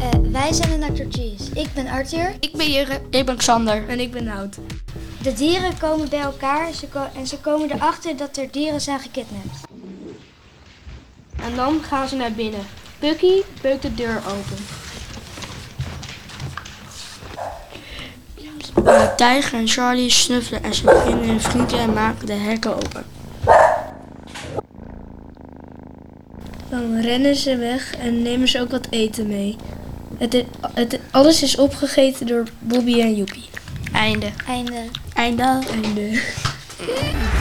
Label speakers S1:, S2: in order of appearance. S1: Eh, Arthur Cheese. Ik ben Arthur.
S2: Ik ben Jurre. Ik ben Xander.
S3: En ik ben Hout.
S1: De dieren komen bij elkaar ze ko- en ze komen erachter dat er dieren zijn gekidnapt.
S3: En dan gaan ze naar binnen. Bucky beukt de deur open.
S2: Eh, Tijger en Charlie snuffelen en ze beginnen hun vrienden en maken de hekken open.
S3: Dan rennen ze weg en nemen ze ook wat eten mee. Het i- het, alles is opgegeten door Bobby en Joepie.
S2: Einde.
S1: Einde.
S2: Einde.
S3: Einde.